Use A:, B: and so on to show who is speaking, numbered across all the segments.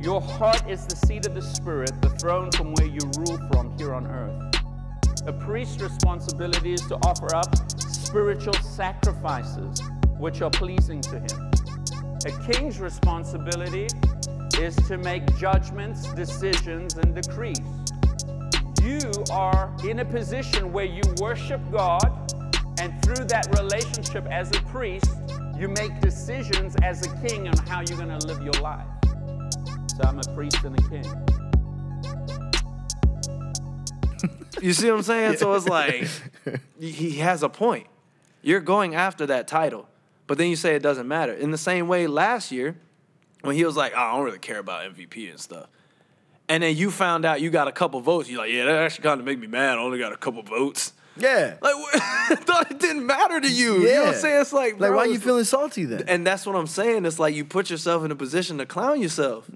A: Your heart is the seat of the Spirit, the throne from where you rule from here on earth. A priest's responsibility is to offer up spiritual sacrifices which are pleasing to him. A king's responsibility is to make judgments, decisions, and decrees. You are in a position where you worship God, and through that relationship as a priest, you make decisions as a king on how you're going to live your life. So I'm a priest and a king.
B: You see what I'm saying? So it's like he- he has a point. You're going after that title, but then you say it doesn't matter. In the same way, last year when he was like, "Oh, "I don't really care about MVP and stuff," and then you found out you got a couple votes, you're like, "Yeah, that actually kind of make me mad. I only got a couple votes."
C: Yeah.
B: Like, thought it didn't matter to you. You know what I'm saying? It's like,
C: like
B: bro,
C: why are you
B: it's-
C: feeling salty then?
B: And that's what I'm saying. It's like you put yourself in a position to clown yourself.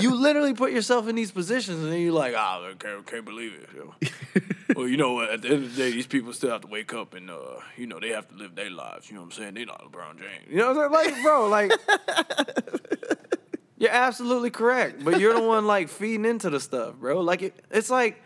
B: you literally put yourself in these positions, and then you're like, ah, I can't, can't believe it. you know. well, you know what? At the end of the day, these people still have to wake up and, uh, you know, they have to live their lives. You know what I'm saying? They not LeBron James. You know what I'm saying? Like, bro, like, you're absolutely correct, but you're the one like feeding into the stuff, bro. Like, it, it's like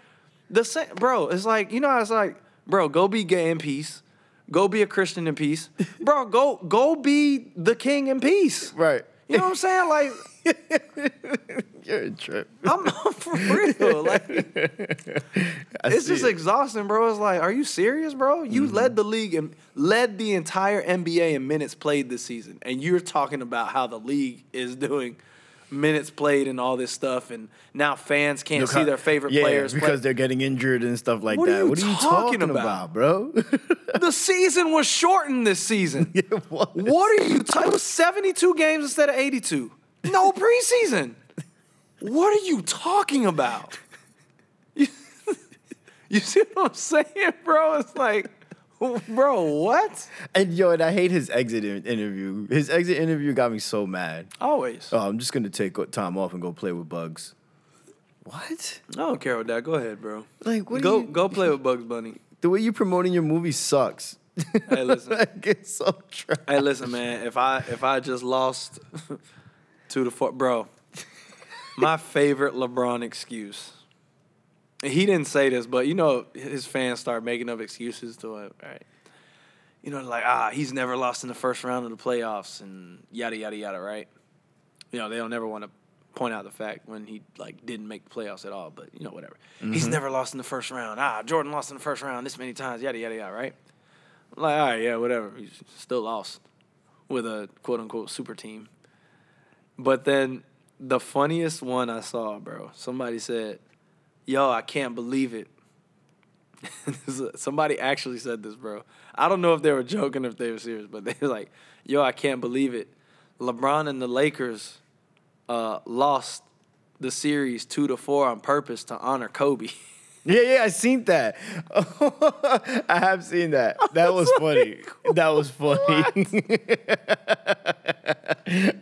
B: the same, bro. It's like you know, how it's like, bro, go be gay in peace. Go be a Christian in peace, bro. Go go be the king in peace.
C: right.
B: You know what I'm saying? Like
C: You're a trip.
B: I'm for real. Like
C: I
B: it's
C: see Mm-hmm.
B: just
C: it.
B: exhausting, bro. It's like, are you serious, bro? You led the league and led the entire NBA in minutes played this season, and you're talking about how the league is doing minutes played and all this stuff, and now fans can't
C: Look
B: see
C: how-
B: their favorite
C: yeah,
B: players
C: because
B: play.
C: they're getting injured and stuff like
B: What are
C: that.
B: you
C: what are you
B: talking
C: talking,
B: about?
C: about, bro?
B: The season was shortened this season.
C: What?
B: What are you? T- it was 72 games instead of 82. No preseason. What are you talking about? You, you see what I'm saying, bro? It's like, bro, what?
C: And yo, and I hate his exit in- interview. His exit interview got me so mad.
B: Always.
C: Oh, I'm just gonna take time off and go play with bugs. What?
B: I don't care with that. Go ahead, bro.
C: Like what?
B: go
C: are you,
B: go play with Bugs Bunny.
C: The way you promoting your movie sucks.
B: Hey, listen.
C: like, it's so trash.
B: Hey, listen, man. If I if I just lost two to four, bro. My favorite LeBron excuse. He didn't say this, but you know his fans start making up excuses to it, right? You know, like ah, he's never lost in the first round of the playoffs, and yada yada yada, right? You know, they don't ever want to point out the fact when he like didn't make the playoffs at all, but you know whatever. He's never lost in the first round. Ah, Jordan lost in the first round this many times, yada yada yada, right? Like, all right, yeah, whatever. He's still lost with a quote unquote super team. But then the funniest one I saw, bro, somebody said, Yo, I can't believe it. This is- somebody actually said this, bro. I don't know if they were joking or if they were serious, but they were like, Yo, I can't believe it. LeBron and the Lakers uh, lost the series two to four on purpose to honor Kobe.
C: Yeah, yeah, I seen that. I have seen that. That was funny. That was funny.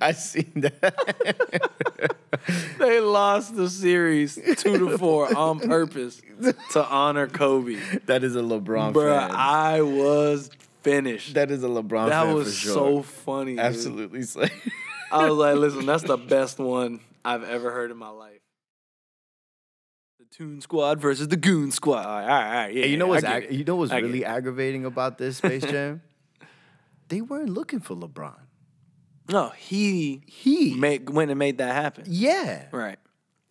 C: I seen that.
B: they lost the series two to four on purpose to honor Kobe.
C: That is a LeBron
B: Bruh,
C: fan.
B: I was finished. That,
C: that is a LeBron fan. for
B: was
C: sure.
B: so funny. dude.
C: absolutely same.
B: I was like, listen, that's the best one I've ever heard in my life. The Toon Squad versus the Goon Squad. All right, all right, all right, yeah.
C: And you know
B: yeah, I
C: what's
B: get
C: ag-
B: it.
C: you know what's
B: I get
C: really
B: it.
C: aggravating about this Space Jam? they weren't looking for LeBron.
B: No, he
C: He
B: made, went and made that happen.
C: yeah,
B: Right.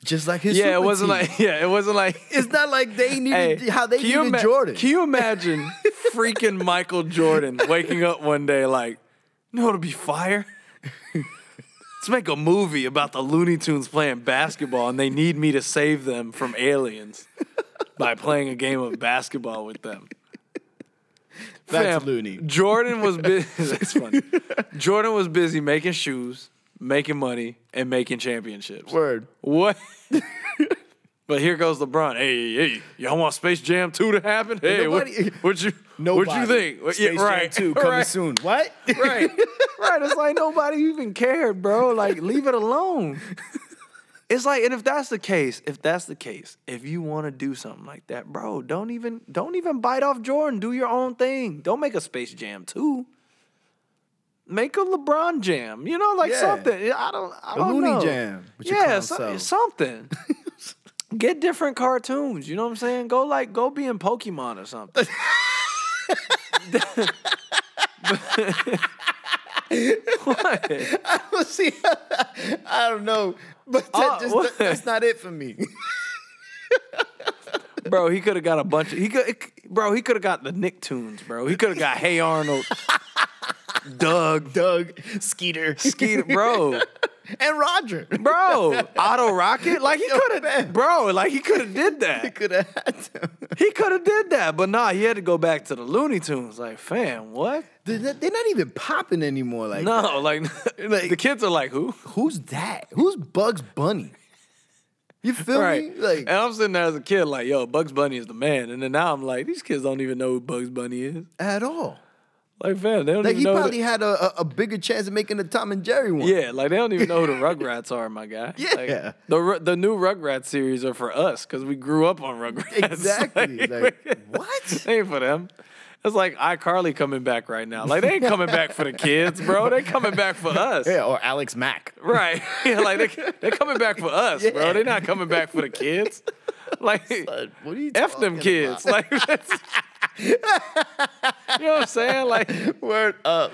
C: just like his.
B: Yeah, it
C: super
B: wasn't
C: team.
B: like yeah, it wasn't like
C: it's not like they
B: Hey,
C: needed how they
B: can you
C: needed
B: ima-
C: Jordan.
B: Can you imagine freaking Michael Jordan waking up one day like, you know, it'll be fire. Let's make a movie about the Looney Tunes playing basketball, and they need me to save them from aliens by playing a game of basketball with them.
C: That's
B: Fam,
C: loony.
B: Jordan was busy. That's funny. Jordan was busy making shoes, making money, and making championships.
C: Word.
B: What? but here goes LeBron. Hey, hey, y'all want Space Jam 2 to happen? Hey,
C: nobody-
B: what, what you
C: Nobody.
B: what you think? What- yeah,
C: Space
B: right.
C: Jam 2 coming
B: right,
C: soon. What?
B: Right. right. It's like nobody even cared, bro. Like, leave it alone. It's like, and if that's the case, if that's the case, if you want to do something like that, bro, don't even don't even bite off Jordan. Do your own thing. Don't make a Space Jam 2. Make a LeBron jam, you know, like
C: Yeah.
B: something. I don't, I
C: A
B: don't
C: Looney
B: know.
C: Jam with your
B: Oh, yeah,
C: clown
B: so-
C: self.
B: something. Get different cartoons. You know what I'm saying? Go like, go be in Pokemon or something. what?
C: Well, see, I don't know, but that
B: Oh,
C: just,
B: what?
C: that's not it for me.
B: bro, he could have got a bunch. Of, he could, bro, he could have got the Nicktoons, bro. He could have got Hey Arnold, Doug,
C: Doug, Skeeter,
B: Skeeter, bro,
C: and Roger.
B: bro, Auto Rocket. Like he
C: Yo,
B: could
C: man.
B: have, bro, like he could have did
C: He
B: that.
C: could have had them.
B: He could have did that, but nah, he had to go back to the Looney Tunes. Like, fam, what?
C: They're not, they're not even popping anymore. Like,
B: No, like, the kids are like, who?
C: who's that? Who's Bugs Bunny? You feel
B: Right. Uh,
C: me? Like,
B: and I'm sitting there as a kid, like, yo, Bugs Bunny is the man. And then now I'm like, these kids don't even know who Bugs Bunny is.
C: at all.
B: Like, fam, they don't
C: Like,
B: even
C: he
B: know. who
C: probably
B: the-
C: had a, a, a bigger chance of making a Tom and Jerry one.
B: yeah, like they don't even know who the Rugrats are, my guy. Like,
C: Yeah.
B: the Ru- the new Rugrats series are for us because we grew up on Rugrats.
C: Exactly. like, what?
B: they ain't for them. It's like iCarly coming back right now. Like they ain't coming back for the kids, bro. They coming back for us.
C: Yeah, or Alex Mack.
B: Right. Yeah, like they they coming back for us, bro. They not coming back for the kids. Like
C: What are you
B: F them
C: talking
B: kids. Like that's- You know what I'm saying? Like,
C: about? Word up.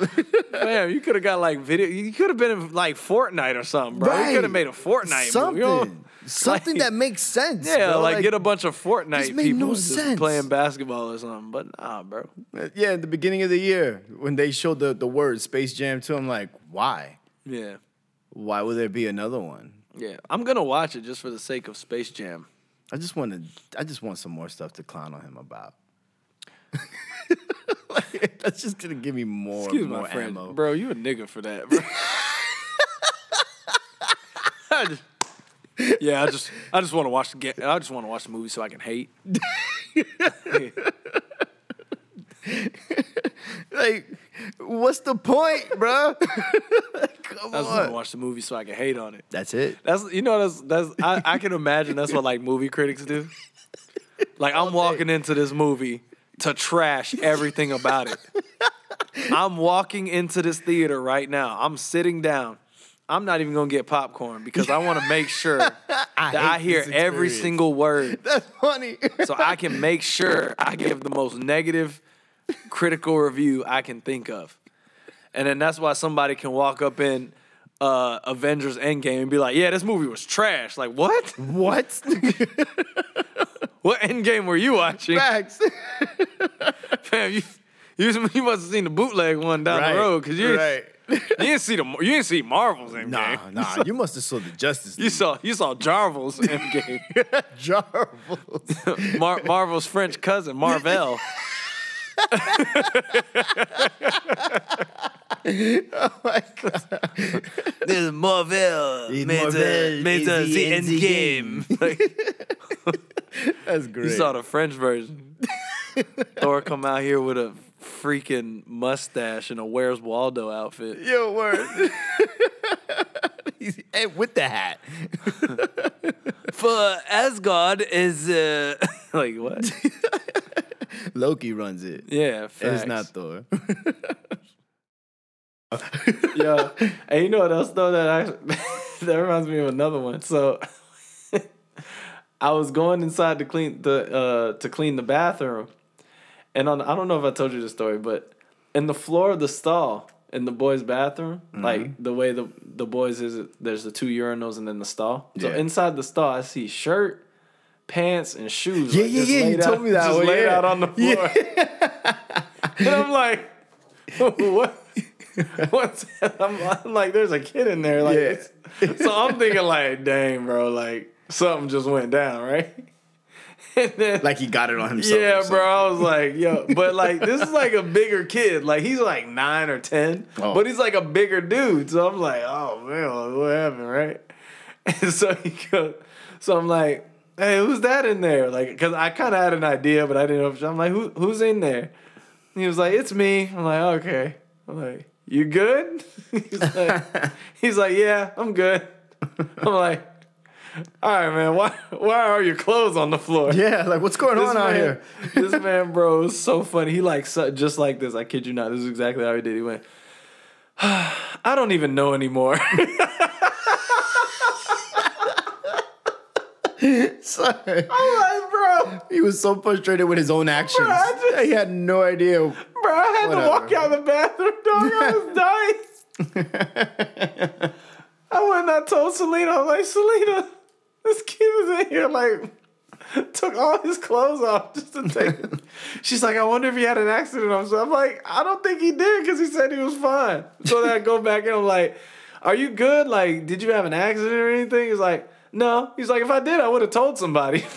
B: man, you could have got like video. You could have been in like Fortnite or something, bro. You could have
C: Right.
B: made a Fortnite
C: Something.
B: movie. You know?
C: Something
B: Like,
C: that makes sense.
B: Yeah,
C: bro.
B: like, get a bunch of Fortnite
C: made
B: people
C: no
B: just
C: sense.
B: playing basketball or something. But nah, bro.
C: Yeah, at the beginning of the year when they showed the, the word Space Jam 2, I'm like, why?
B: Yeah,
C: Why would there be another one?
B: yeah. I'm gonna watch it just for the sake of Space Jam.
C: I just want to. I just want some more stuff to clown on him about. like, that's just gonna give me more,
B: Excuse
C: more
B: my friend,
C: ammo.
B: bro. You a nigga for that, bro. I just- yeah, I just, I just want to watch the, ga- I just want to watch the movie so I can hate.
C: Like, what's the point, bro? Come
B: I just want to
C: on.
B: watch the movie so I can hate on it.
C: That's it.
B: That's, you know, that's, that's, I, I can imagine that's what like movie critics do. Like I'm walking into this movie to trash everything about it. I'm walking into this theater right now. I'm sitting down. I'm not even gonna get popcorn because I want to make sure that I,
C: hate
B: hear
C: this
B: every
C: experience.
B: single word,
C: That's funny.
B: so I can make sure I give the most negative critical review I can think of. And then that's why somebody can walk up in uh, Avengers Endgame and be like, "Yeah, this movie was trash." Like, what?
C: what?
B: What Endgame were you watching?
C: Facts.
B: Fam, you, you, you must have seen the bootleg one down
C: Right,
B: the road because you,
C: right.
B: you didn't see the you didn't see Marvel's Endgame.
C: Nah, nah. You must have saw the Justice
B: You
C: League.
B: saw you saw Jarvel's Endgame.
C: Jarvels.
B: Mar- Marvel's French cousin Marvel. This is Marvel.
C: It's made the- Marvel, made the- it's the the Endgame. That's great.
B: you saw the French version. Thor come out here with a freaking mustache and a Where's Waldo outfit.
C: Yo, word. He's- and with the hat.
B: For Asgard is uh, like what?
C: Loki runs it.
B: Yeah,
C: And
B: facts.
C: it's not Thor.
B: Yeah, and you know what else though that I that reminds me of another one. So I was going inside to clean the uh to clean the bathroom, and on I don't know if I told you the story, but in the floor of the stall in the boys' bathroom,
C: Mm-hmm.
B: like the way the the boys is there's the two urinals and then the stall. So
C: Yeah.
B: inside the stall, I see shirt. Pants and shoes.
C: Yeah,
B: like,
C: yeah,
B: just
C: yeah. You
B: laid
C: told
B: out-
C: me that
B: Just
C: one,
B: laid
C: yeah.
B: out on the floor,
C: Yeah.
B: and I'm like, what? What's I'm, I'm like, there's a kid in there. Like,
C: Yeah.
B: it's- so I'm thinking, like, dang, bro, like something just went down, right? And then,
C: like he got it on himself.
B: yeah,
C: or
B: bro, I was like, yo, but like, this is like a bigger kid. Like, he's like nine or ten,
C: Oh.
B: but he's like a bigger dude. So I'm like, oh man, like, what happened, right? And so he goes, so I'm like, hey, who's that in there? Like, cause I kind of had an idea, but I didn't know. If, I'm like, who, who's in there? And he was like, it's me. I'm like, okay. I'm like, you good? He's like, he's like yeah, I'm good. I'm like, all right, man. Why, why are your clothes on the floor?
C: Yeah, like what's going on out
B: man,
C: here?
B: this man, bro, is so funny. He like so, just like this. I kid you not. This is exactly how he did. He went, I don't even know anymore.
C: Sorry.
B: like, bro,
C: He was so frustrated with his own actions.
B: Bro, I just-
C: he had no idea.
B: bro, I had
C: Whatever.
B: to walk out the bathroom, dog. I was dying. I went and I told Selena, I'm like, Selena, this kid is in here, like, took all his clothes off just to take it. She's like, I wonder if he had an accident or something. I'm like, I don't think he did because he said he was fine. So then I go back and I'm like, Are you good? Like, did you have an accident or anything? He's like, No. He's like, If I did, I would have told somebody.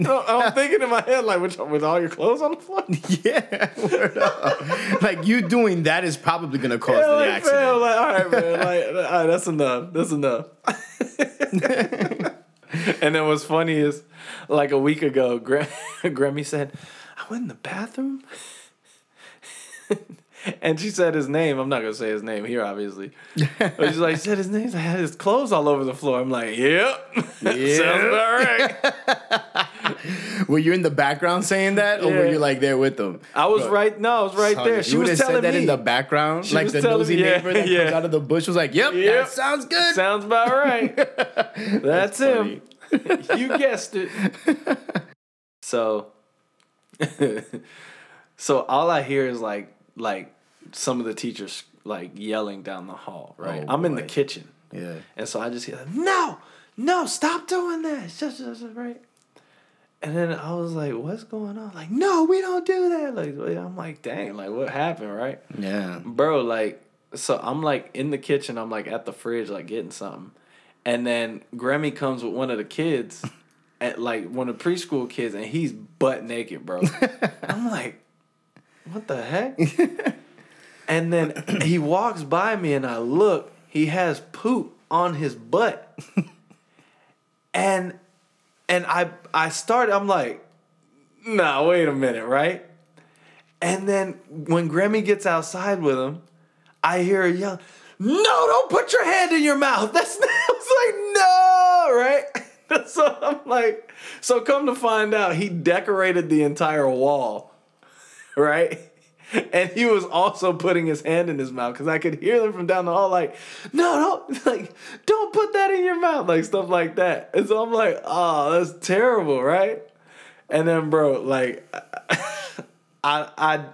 B: No, I'm thinking in my head, like, with, with all your clothes on the floor?
C: Yeah. word up. like you doing that is probably gonna cause
B: Yeah,
C: the
B: like,
C: accident.
B: fam, like, all right, man, like, all right, that's enough. That's enough. and then what's funny is, like a week ago, Gra- Grammy said, "I went in the bathroom," and she said his name. I'm not gonna say his name here, obviously. But she's like, she said his name. I had his clothes all over the floor. I'm like, yep, sounds about right.
C: Were you in the background saying that, or were
B: Yeah.
C: you like there with them?
B: I was
C: Bro,
B: right. No, I was right
C: son,
B: there.
C: if
B: She
C: you
B: was
C: would've
B: telling
C: said that
B: me
C: in the background, like
B: was
C: the
B: telling
C: nosy
B: me- yeah,
C: neighbor that comes
B: yeah.
C: out of the bush was like, "Yep,
B: Yep.
C: that sounds good."
B: Sounds about right. That's, him. you guessed it. So, so all I hear is like like some of the teachers like yelling down the hall. Right,
C: Oh,
B: I'm in the
C: boy.
B: kitchen,
C: yeah.
B: and so I just hear no, no, stop doing that. Shut- shut- shut," Right. And then I was like, "What's going on?" Like, no, we don't do that. Like, I'm like, "Dang, like, what happened?" Right
C: Yeah.
B: bro like so i'm like in the kitchen i'm like at the fridge like getting something and then grammy comes with one of the kids at like one of the preschool kids and he's butt naked bro i'm like what the heck and then he walks by me and i look he has poop on his butt and and i i start i'm like nah wait a minute right and then when Grammy gets outside with him, I hear her yell, No, don't put your hand in your mouth. That's not, I was like, No, right? So I'm like, So come to find out, he decorated the entire wall, right? And he was also putting his hand in his mouth because I could hear them from down the hall, like, no, don't, like, don't put that in your mouth, like stuff like that. And so I'm like, oh, that's terrible, right? And then, bro, like, I I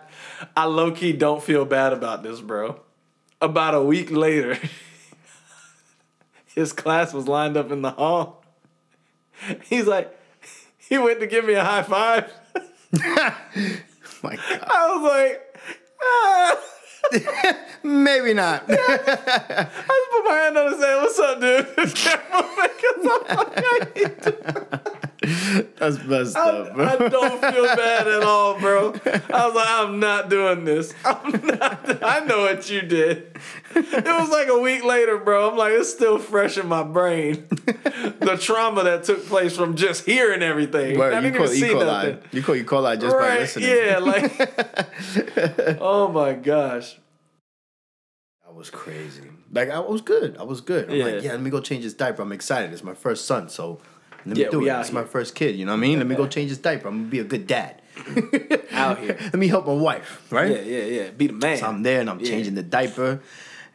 B: I low key don't feel bad about this, bro. About a week later, his class was lined up in the hall. He's like, he went to give me a high five.
C: My God.
B: I was like, ah.
C: Maybe not.
B: I just put my hand on his head. What's up, dude? Careful, because I'm like, I need to
C: That's messed up, bro.
B: I don't feel bad at all, bro. I was like, I'm not doing this. I'm not. I know what you did. It was like a week later, bro. I'm like, it's still fresh in my brain. The trauma that took place from just hearing everything.
C: Bro,
B: I
C: you
B: didn't
C: call
B: even
C: E.
B: see
C: coli.
B: nothing.
C: You call E. coli just by
B: Right?
C: listening.
B: Yeah. Like. oh my gosh.
C: I was crazy. Like I was good. I was good. I'm
B: Yeah.
C: like, yeah, let me go change his diaper. I'm excited. It's my first son, so let me
B: Yeah,
C: do
B: we
C: it.
B: out
C: It's my
B: here.
C: first kid. You know what I mean? Let me go change his diaper. I'm gonna be a good dad.
B: Out here.
C: Let me help my wife, right?
B: Yeah, yeah, yeah. Be the man.
C: So I'm there and I'm
B: Yeah.
C: changing the diaper.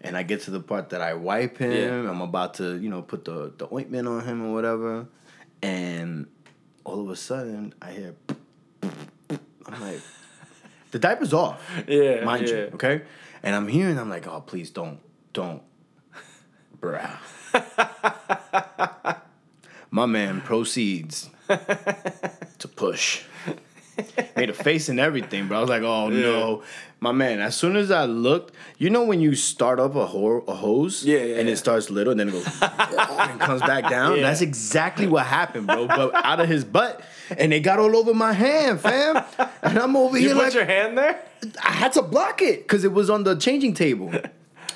C: And I get to the part that I wipe him.
B: Yeah.
C: I'm about to, you know, put the, the ointment on him or whatever. And all of a sudden, I hear. I'm like, the diaper's off.
B: Yeah,
C: Mind you,
B: yeah.
C: okay? And I'm hearing, I'm like, oh, please don't, don't. Bruh. My man proceeds to push. Made a face and everything, but I was like, oh no. My man, as soon as I looked, you know when you start up a, ho- a hose
B: Yeah, yeah,
C: and
B: yeah.
C: it starts little and then it goes and comes back down?
B: Yeah.
C: That's exactly what happened, bro. But out of his butt, and it got all over my hand, fam. And I'm over
B: You
C: here
B: put
C: like,
B: your hand there.
C: I had to block it because it was on the changing table.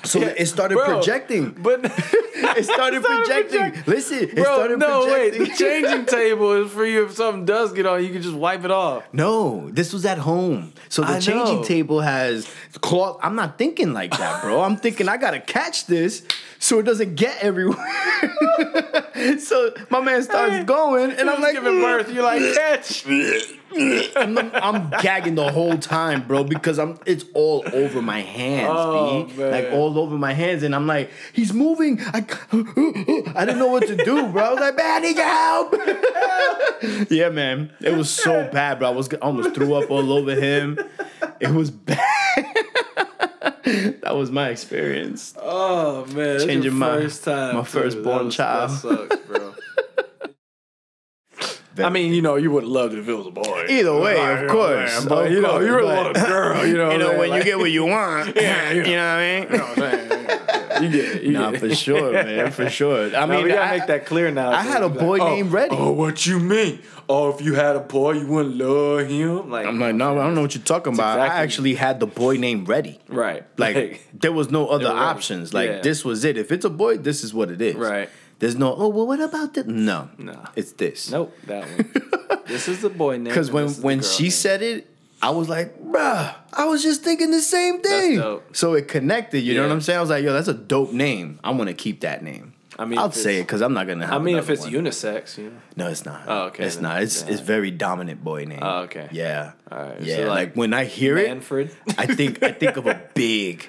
C: So it started
B: Bro,
C: projecting.
B: But.
C: It started, projecting.
B: project-
C: Listen, it
B: Bro,
C: started
B: no,
C: projecting.
B: wait. The changing table is for you. If something does get on, you can just wipe it off.
C: No, this was at home. So the
B: I
C: changing
B: know.
C: table has cloth. I'm not thinking like that, bro. I'm thinking I gotta catch this so it doesn't get everywhere. so my man starts
B: Hey,
C: going, and
B: And
C: I'm like,
B: giving
C: "Mm."
B: birth. You're like, catch.
C: I'm, I'm gagging the whole time, bro, because I'm it's all over my hands,
B: Oh,
C: B.
B: man.
C: Like all over my hands, and I'm like, he's moving. I, I didn't know what to do, bro. I was like, man, I need your help. yeah, man, it was so bad, bro. I was I almost threw up all over him. It was bad. that was my experience.
B: Oh man, that's
C: Changing
B: your
C: my-
B: first time,
C: my
B: too.
C: firstborn
B: That was-
C: child.
B: That sucks, bro. I mean, you know, you would have loved it if it was a boy.
C: Either way,
B: Like,
C: of course.
B: but
C: of
B: you know, you
C: course,
B: really
C: but-
B: want a girl. You know,
C: you know,
B: what
C: when
B: I'm
C: you get what you want,
B: Oh, Yeah,
C: you
B: you
C: know what I mean?
B: saying? Like, you get, it, you
C: Nah,
B: get.
C: for
B: it.
C: sure, man, for sure. I
B: I mean,
C: mean,
B: we gotta
C: I,
B: make that clear now.
C: I had a boy named Reddy.
B: Oh, what you mean? Oh, if you had a boy, you wouldn't love him. Like,
C: I'm like, no, I don't know what you're talking about. I
B: exactly-
C: actually had the boy named Ready.
B: right?
C: Like, there was no other
B: There was.
C: options. Like,
B: Yeah.
C: this was it. If it's a boy, this is what it is.
B: Right.
C: There's no. Oh well, what about this? No,
B: Nah.
C: It's this.
B: nope, that one. this is the boy name.
C: Because
B: and
C: when
B: this is the
C: when
B: girl
C: she
B: name.
C: said it, I was like, bruh, I was just thinking the same thing.
B: dope.
C: So it connected. You know
B: Yeah.
C: what I'm saying? I was like, yo, that's a dope name. I'm gonna keep that name.
B: I mean,
C: I'll
B: if
C: say
B: it's-
C: it because I'm not gonna. Have
B: I mean, if
C: another
B: it's
C: one.
B: unisex, you know.
C: No, it's not.
B: Oh, okay,
C: It's
B: then.
C: not. It's
B: Yeah.
C: it's very dominant boy name.
B: Oh, okay.
C: Yeah.
B: All right, so
C: Yeah. like,
B: like
C: when I hear
B: Manfred?
C: it, I think I think of a big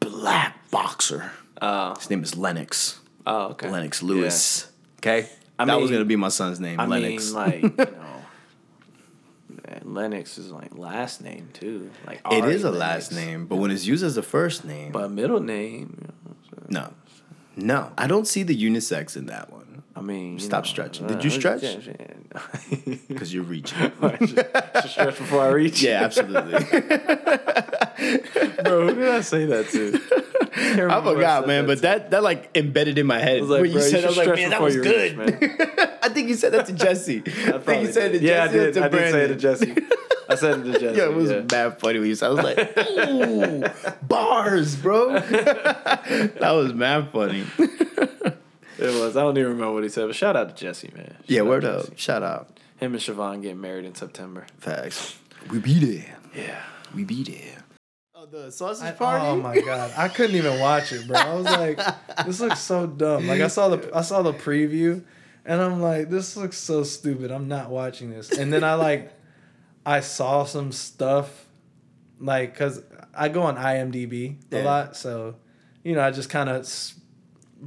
C: black boxer.
B: Oh.
C: His name is Lennox.
B: Oh, okay.
C: Lennox
B: Yeah.
C: Lewis. Okay.
B: I
C: that was
B: mean-
C: gonna be my son's name,
B: I
C: Lennox.
B: mean, like you know, man, Lennox is like last name too. Like
C: it
B: Ari
C: is a
B: Lennox.
C: last name, but when it's used as a first name,
B: but middle name. You know, so,
C: no, no, I don't see the unisex in that one
B: I mean, you
C: Stop
B: know, uh,
C: stretching. Did you stretch? because you're reaching.
B: Should stretch before I reach.
C: yeah, absolutely.
B: bro. Who did I say that to?
C: I forgot, man, but that that like embedded in my head.
B: was like,
C: when you
B: bro, you
C: said, it, I was
B: should
C: like,
B: stretch
C: man, that
B: before
C: was
B: you
C: good.
B: reach,
C: I think you said that to Jesse. I think you said it to
B: Yeah, I
C: Jesse. or
B: did.
C: To
B: I did say it to
C: Brandon.
B: Jesse. I said it to Jesse.
C: Yeah, it was
B: yeah.
C: bad funny when you said. I was like, ooh, bars, bro. that was mad funny.
B: It was. I don't even remember what he said, but shout out to Jesse, man. Shout
C: Yeah,
B: out
C: word
B: to
C: up.
B: Jesse.
C: Shout out.
B: Him and Siobhan getting married in September.
C: Facts. We be there.
B: Yeah.
C: We be there. Oh, the sausage
D: I- Oh my god, I couldn't even watch it, bro. I was like, this looks so dumb. Like I saw the I saw the preview, and I'm like, this looks so stupid. I'm not watching this. And then I like, I saw some stuff, like, cause I go on IMDb a
C: Yeah.
D: lot, so you know I just kind of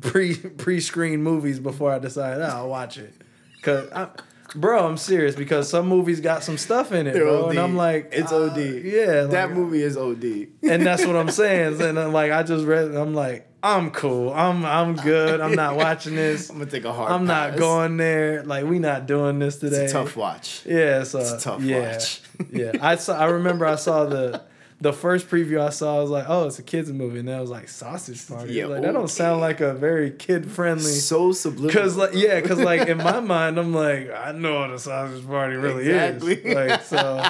D: pre pre screen movies before I decide "Ah, I'll watch it, cause. I, Bro, I'm serious because some movies got some stuff in it,
C: They're
D: bro, and
C: OD.
D: I'm like,
C: It's
D: ah,
C: OD.
D: Yeah,
C: That
D: like-
C: movie is OD.
D: and that's what I'm saying. And I'm like, I just read. I'm like, I'm cool. I'm I'm good. I'm not watching this.
C: I'm gonna take a hard.
D: I'm not
C: pass.
D: going there. Like, we not doing this today.
C: It's a tough watch.
D: Yeah, so
C: a tough
D: yeah,
C: watch.
D: yeah. I saw. I remember I saw the the first preview I saw. I was like, oh, it's a kids movie, and then I was like, sausage party.
C: Yeah,
D: like that don't
C: okay.
D: sound like a very kid friendly.
C: So subliminal.
D: Cause like yeah, cause like in my mind I'm like I know what a sausage party really
C: Exactly.
D: is. Like so,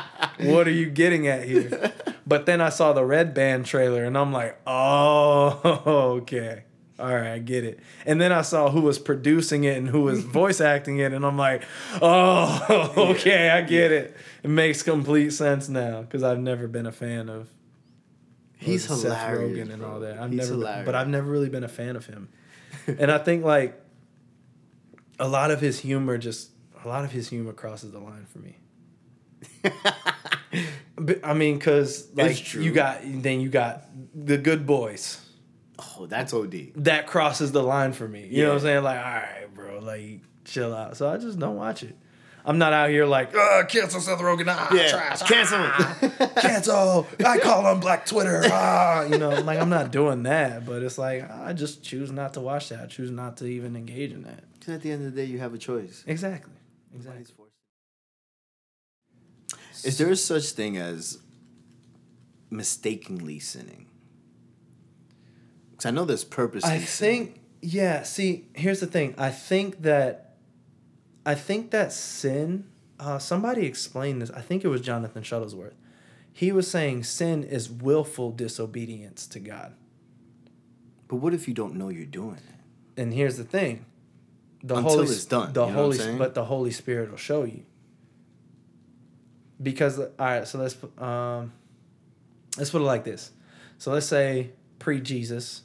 D: what are you getting at here? But then I saw the Red Band trailer and I'm like, oh okay, all right, I get it. And then I saw who was producing it and who was voice acting it, and I'm like, oh okay, I get it. It makes complete sense now because I've never been a fan of
C: he's
D: Seth
C: hilarious.
D: Rogen and all that. I've
C: He's
D: never,
C: hilarious.
D: but I've never really been a fan of him. and I think like a lot of his humor just a lot of his humor crosses the line for me. But, I mean, cause like
C: true.
D: you got then you got the good boys
C: oh, that's OD.
D: that crosses the line for me. You know what I'm
C: Yeah.
D: saying? Like, all right, bro, like chill out. So I just don't watch it. I'm not out here like "Ugh, cancel Seth Rogen. Ah, trash. ah." cancel. I call on Black Twitter. Ah, you know, like I'm not doing that, but it's like I just choose not to watch that. I choose not to even engage in that.
C: Because at the end of the day, you have a choice.
D: Exactly. Exactly.
C: Is there such thing as mistakenly sinning? Because I know there's purposely.
D: I
C: sinning.
D: think yeah, see, here's the thing. I think that I think that sin uh, somebody explained this. I think it was Jonathan Shuttlesworth. He was saying sin is willful disobedience to God.
C: But what if you don't know you're doing it?
D: And here's the thing. The
C: Until
D: Holy
C: it's
D: Sp-
C: done,
D: The
C: you know what
D: Holy
C: I'm saying?
D: but the Holy Spirit will show you. Because all right, so let's put- um let's put it like this. So let's say pre-Jesus,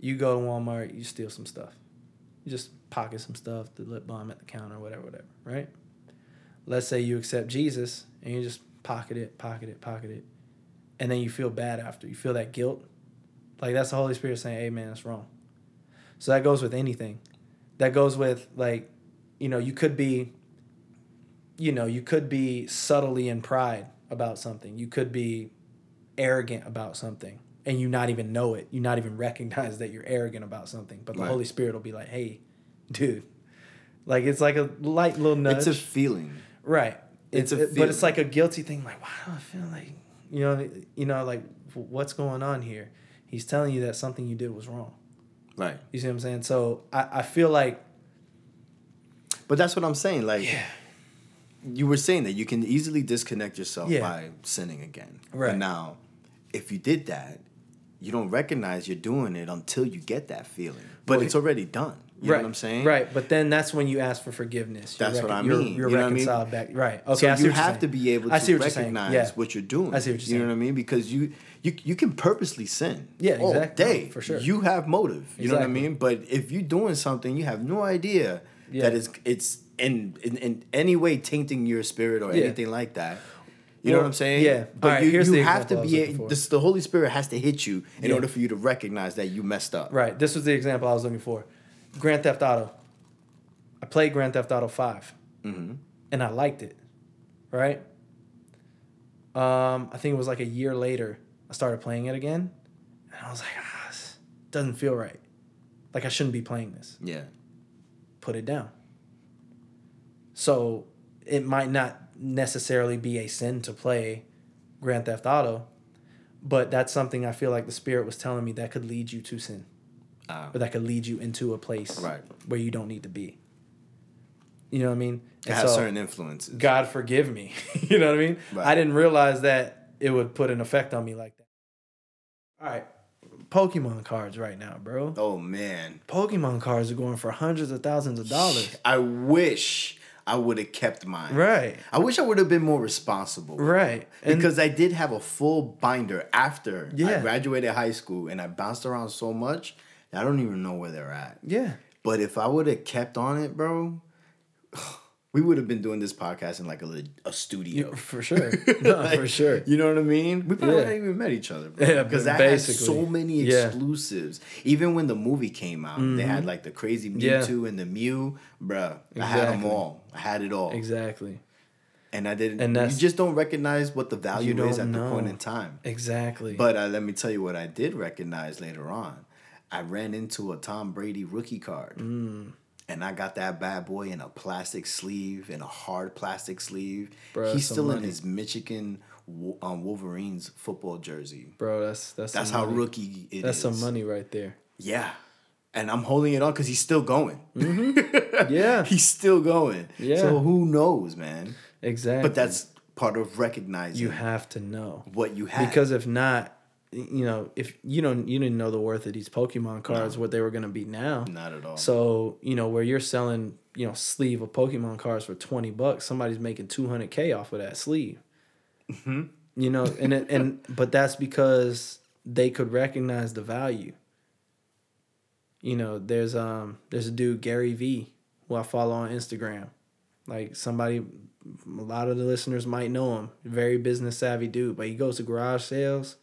D: you go to Walmart, you steal some stuff. You just pocket some stuff, the lip balm at the counter, whatever, whatever, right? let's say you accept Jesus and you just pocket it, pocket it, pocket it, and then you feel bad after. You feel that guilt. Like that's the Holy Spirit saying, "Hey, man, that's wrong." So that goes with anything. That goes with like, you know, you could be. You know, you could be subtly in pride about something. You could be arrogant about something and you not even know it. You not even recognize that you're arrogant about something. But the
C: Right.
D: Holy Spirit will be like, "Hey, dude." Like it's like a light little nudge.
C: It's a feeling.
D: Right.
C: It's
D: It's,
C: a
D: it- but it's
C: feeling.
D: like a guilty thing. Like, why do I feel like you know, you know, like w- what's going on here? He's telling you that something you did was wrong.
C: Right.
D: You see what I'm saying? So I, I feel like
C: But that's what I'm saying. Like, you were saying that you can easily disconnect yourself
D: Yeah.
C: by sinning again.
D: Right.
C: But now, if you did that, you don't recognize you're doing it until you get that feeling. But it's already done. You
D: right,
C: know what I'm saying?
D: Right. But then that's when you ask for forgiveness. You're
C: That's what I
D: you're-
C: mean.
D: You're,
C: You know what I mean?
D: reconciled back. Right.
C: so
D: Okay. I see
C: you
D: what you're
C: have to
D: saying.
C: be able to
D: I see what you're saying.
C: recognize
D: Yeah.
C: what you're doing.
D: I see what you're
C: You know what I mean? Because you you you can purposely sin.
D: Yeah,
C: all
D: exactly.
C: day.
D: For sure.
C: You have motive. You know what I
D: Exactly.
C: mean? But if you're doing something, you have no idea
D: Yeah.
C: that it's it's in, in in any way tainting your spirit or
D: Yeah.
C: anything like that. You know
D: Well,
C: what I'm saying?
D: yeah.
C: But
D: Alright,
C: you,
D: here's
C: you
D: the
C: have to
D: example I was
C: be
D: looking for.
C: this, the Holy Spirit has to hit you in
D: Yeah.
C: order for you to recognize that you messed up.
D: Right. This was the example I was looking for. Grand Theft Auto. I played Grand Theft Auto 5 and I liked it. Right. Um, I think it was like a year later I started playing it again, and I was like, ah, this doesn't feel right. Like I shouldn't be playing this.
C: Yeah.
D: Put it down. So it might not necessarily be a sin to play Grand Theft Auto, but that's something I feel like the Spirit was telling me that could lead you to sin
C: Uh,
D: but that could lead you into a place
C: Right.
D: where you don't need to be. You know what I mean?
C: it
D: And
C: has
D: so,
C: certain influences.
D: God forgive me. you know what I mean?
C: Right.
D: I didn't realize that it would put an effect on me like that. All right, Pokemon cards right now, bro.
C: Oh man.
D: Pokemon cards are going for hundreds of thousands of dollars.
C: I wish I would have kept mine.
D: Right,
C: I wish I would have been more responsible.
D: right. And
C: Because I did have a full binder after I
D: Yeah.
C: graduated high school and I bounced around so much, I don't even know where they're at.
D: yeah,
C: But if I would have kept on it, bro, we would have been doing this podcast in like a, lit- a studio.
D: for sure, no, for sure.
C: You know what I mean? We probably
D: Yeah.
C: haven't even met each other.
D: Yeah,
C: because
D: ba-
C: that had
D: basically.
C: so many
D: Yeah. Mm-hmm.
C: exclusives. Even when the movie came out, they had like the crazy
D: Yeah.
C: Mewtwo and the Mew, bruh. I had them
D: Exactly.
C: all. I had it all,
D: Exactly,
C: and I didn't.
D: And
C: And
D: that's-
C: you just don't recognize what the value
D: You
C: is at
D: don't
C: the point
D: know.
C: in time.
D: exactly.
C: But uh, let me tell you what I did recognize later on. I ran into a Tom Brady rookie card.
D: Mm.
C: And I got that bad boy in a plastic sleeve, in a hard plastic sleeve.
D: Bruh,
C: He's
D: some
C: still in
D: money.
C: his Michigan Wo- um, Wolverines football jersey.
D: bro, that's that's
C: That's
D: some
C: how
D: money.
C: rookie it is.
D: That's some money right there.
C: Yeah. And I'm holding it on because he's still going.
D: Mm-hmm. Yeah,
C: he's still going.
D: Yeah.
C: So who knows, man?
D: exactly.
C: But that's part of recognizing
D: you have to know.
C: what you have.
D: because if not you know if you don't you didn't know the worth of these pokemon cards what they were going to be now
C: Not at all.
D: so you know where you're selling you know sleeve of pokemon cards for 20 bucks somebody's making 200k off of that sleeve
C: Mm-hmm.
D: you know and it, and but that's because they could recognize the value you know there's um there's a dude gary v who i follow on instagram like somebody a lot of the listeners might know him very business savvy dude but he goes to garage sales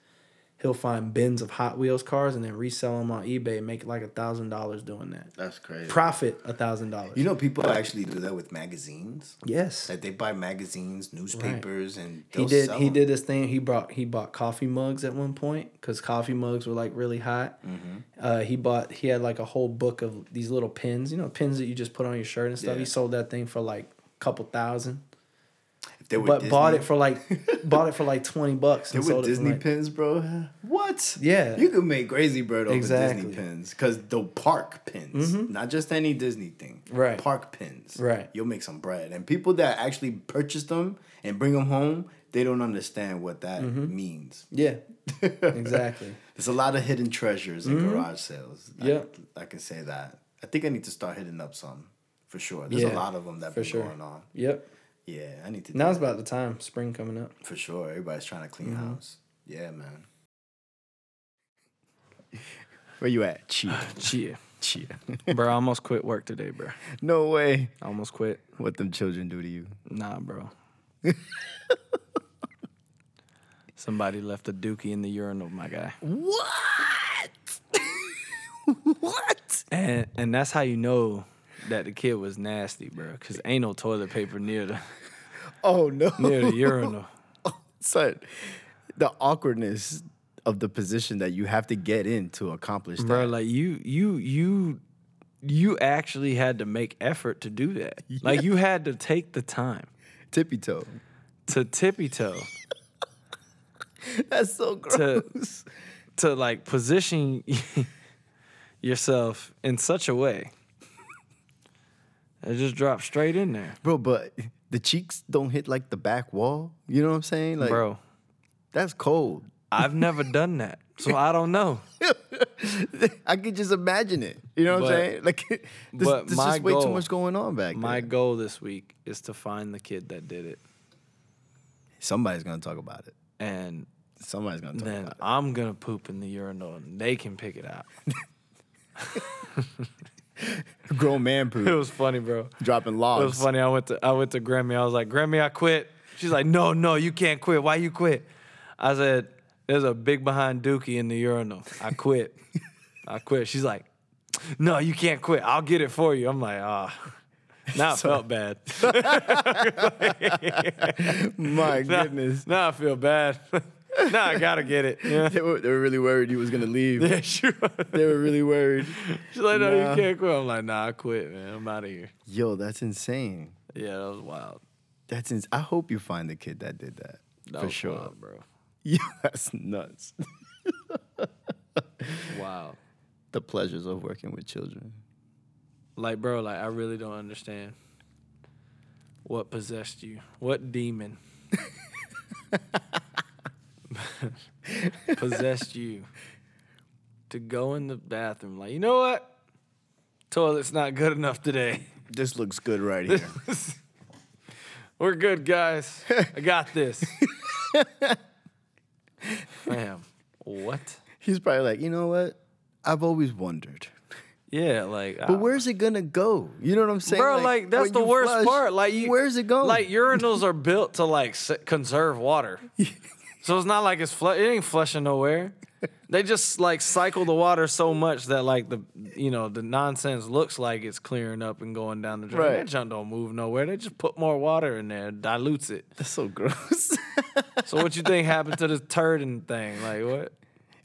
D: he'll find bins of hot wheels cars and then resell them on ebay make like a thousand dollars doing that
C: that's crazy.
D: profit a thousand dollars
C: You know, people actually do that with magazines.
D: yes
C: Like they buy magazines, newspapers, and
D: he
C: they'll
D: did
C: sell
D: he
C: them.
D: did this thing he brought he bought coffee mugs at one point because coffee mugs were like really hot
C: Mm-hmm.
D: uh, he bought he had like a whole book of these little pins you know pins that you just put on your shirt and stuff
C: Yeah.
D: he sold that thing for like a couple thousand
C: If they were
D: but
C: Disney,
D: bought it for like bought it for like 20 bucks
C: they
D: and
C: were
D: sold
C: Disney
D: it for like,
C: pins, bro. What?
D: Yeah.
C: you could make Crazy Bird over Disney
D: Exactly. Mm-hmm.
C: pins because the park pins, not just any Disney thing.
D: Right.
C: park pins.
D: Right.
C: you'll make some bread. And people that actually purchase them and bring them home, they don't understand what that
D: Mm-hmm.
C: means.
D: yeah exactly
C: There's a lot of hidden treasures
D: Mm-hmm.
C: in garage sales. I-
D: Yeah.
C: I, can say that. I think I need to start hitting up some for sure. There's a
D: Yeah,
C: lot of them that
D: for
C: been
D: sure.
C: going on.
D: yep
C: Yeah, I need to. do
D: now it's
C: that.
D: about the time spring coming up
C: For sure. Everybody's trying to clean house. Yeah, man. Where you at? Chief.
D: yeah
B: bro. I almost quit work today, bro.
C: No way.
B: I almost quit.
C: What them children do to you?
B: Nah, bro. Somebody left a dookie in the urinal, my guy.
C: What? what?
B: And and that's how you know that the kid was nasty, bro. Cause ain't no toilet paper near the
C: Oh no.
B: near the urinal.
C: Son, the awkwardness of the position that you have to get in to accomplish that.
B: bro like you you you you actually had to make effort to do that like you had to take the time
C: Tippy toe.
B: to tippy toe
C: That's so
B: to
C: gross.
B: to like position yourself in such a way it just dropped straight in there
C: Bro, but the cheeks don't hit like the back wall. You know what I'm saying? Like
B: bro
C: that's cold.
B: i've never done that so i don't know
C: I could just imagine it. You know what
B: But-
C: I'm saying? Like this,
B: but
C: this
B: my
C: just way too
B: goal-
C: much going on back
B: my
C: there.
B: goal this week is to find the kid that did it
C: Somebody's gonna talk about it.
B: and
C: Somebody's gonna talk
B: then
C: about it.
B: i'm gonna poop in the urinal and they can pick it out
C: Grown man
B: it
C: poop
B: was funny bro
C: dropping
B: It was
C: logs.
B: funny. I went to I went to Grammy. I was like, Grammy, I quit. She's like, No, no, you can't quit. Why you quit? I said, There's a big behind Dookie in the urinal. I quit. I quit. She's like, No, you can't quit. I'll get it for you. I'm like, ah. Now I felt bad.
C: My
B: Now-
C: goodness.
B: Now I feel bad. now I gotta get it. Yeah.
C: They were, they were really worried you was gonna leave.
B: Yeah, sure.
C: They were really worried.
B: She's like, no,
C: Nah.
B: you can't quit. I'm like, nah, I quit, man. I'm out of here.
C: Yo, that's insane.
B: Yeah, that was wild.
C: That's ins- I hope you find the kid that did that.
B: That
C: for
B: was
C: sure.
B: wild, bro.
C: Yeah, that's nuts.
B: Wild.
C: the pleasures of working with children.
B: Like, bro, like I really don't understand. What possessed you? What demon possessed you to go in the bathroom? Like, you know what? Toilet's not good enough today.
C: This looks good right here.
B: We're good, guys. I got this. Fam, what?
C: He's probably like, you know what? I've always wondered.
B: Yeah, like.
C: But where's it gonna go? You know what I'm saying?
B: Bro, like, that's
C: when
B: the
C: you
B: worst
C: flush,
B: part. Like, you,
C: where's it going?
B: Like urinals are built to like s- conserve water, so it's not like it's flu- it ain't flushing nowhere. They just like cycle the water so much that like the you know the nonsense looks like it's clearing up and going down the drain.
C: Right.
B: That junk don't move nowhere. They just put more water in there, dilutes it.
C: that's so gross.
B: So what you think happened to the turd and thing? Like what?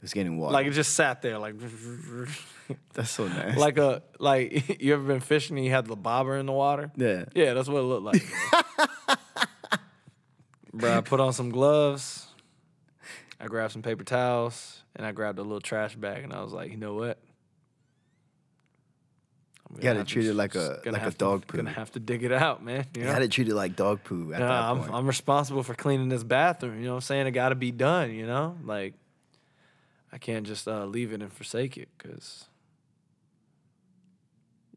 C: it's getting water.
B: Like it just sat there like
C: that's so nasty.
B: like a like you ever been fishing and you had the bobber in the water?
C: yeah.
B: Yeah, that's what it looked like. bro, I put on some gloves. I grabbed some paper towels and I grabbed a little trash bag and I was like, you know what? I'm gonna
C: Gotta
B: have to-
C: treat it like a-
B: just gonna
C: like a
B: have to-
C: dog poo.
B: Gonna have to dig it out, man. You
C: You
B: know?
C: gotta treat it like dog poo at that
B: Nah,
C: point.
B: I'm, I'm responsible for cleaning this bathroom. You know what I'm saying? It got to be done. You know, like I can't just uh, leave it and forsake it because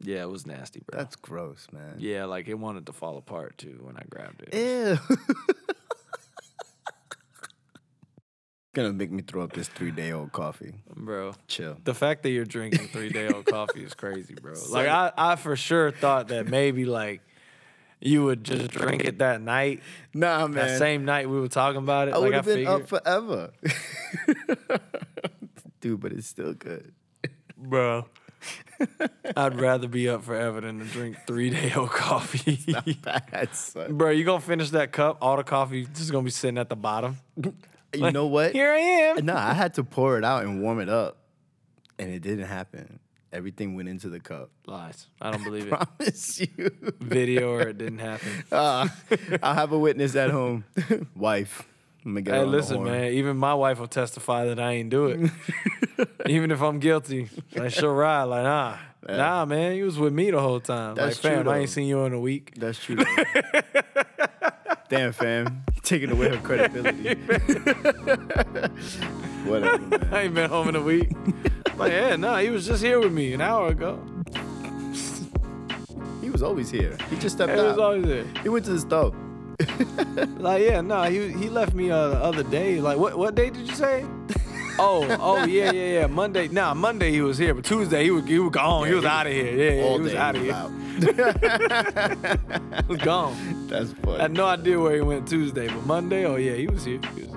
B: yeah, it was nasty, bro.
C: that's gross, man.
B: Yeah, like it wanted to fall apart too when I grabbed it.
C: Ew. Gonna make me throw up this three day old coffee.
B: Bro,
C: Chill.
B: the fact that you're drinking three day old coffee is crazy, bro. Like I, I for sure thought that maybe like you would just drink it that night.
C: Nah, man.
B: That same night we were talking about it.
C: I
B: like
C: would
B: I
C: have been
B: figured,
C: up forever. Dude, but it's still good.
B: bro. I'd rather be up forever than to drink three day old coffee.
C: Bad, son.
B: bro, you gonna finish that cup? All the coffee just gonna be sitting at the bottom.
C: You know what?
B: Here I am.
C: No, I had to pour it out and warm it up, and it didn't happen. Everything went into the cup.
B: Lies. I don't believe it.
C: Promise you.
B: Video or it didn't happen.
C: Uh, I have a witness at home, wife. I'm gonna get her
B: Hey,
C: on the
B: listen,
C: horn.
B: man. Even my wife will testify that I ain't do it. even if I'm guilty, like she'll ride. Like, nah, nah, man. You was with me the whole time.
C: That's
B: like, fam,
C: true,
B: I
C: though.
B: ain't seen you in a week.
C: That's true. though. Damn, fam, taking away her credibility. Whatever, man.
B: I ain't been home in a week. like, yeah, nah. He was just here with me an hour ago.
C: He was always here. He just stepped
B: He was
C: out.
B: always there.
C: he went to the stove.
B: Like, yeah, nah. He he left me uh, the other day. Like, what what day did you say? Oh, oh yeah, yeah, yeah. Monday, nah, Monday he was here, but Tuesday he was he was gone. he was out of here. Yeah, yeah
C: All
B: he was
C: day
B: out of
C: we
B: here.
C: out.
B: He was gone.
C: That's
B: I had
C: funny.
B: no idea where he went Tuesday, but Monday, oh yeah, he was here. He was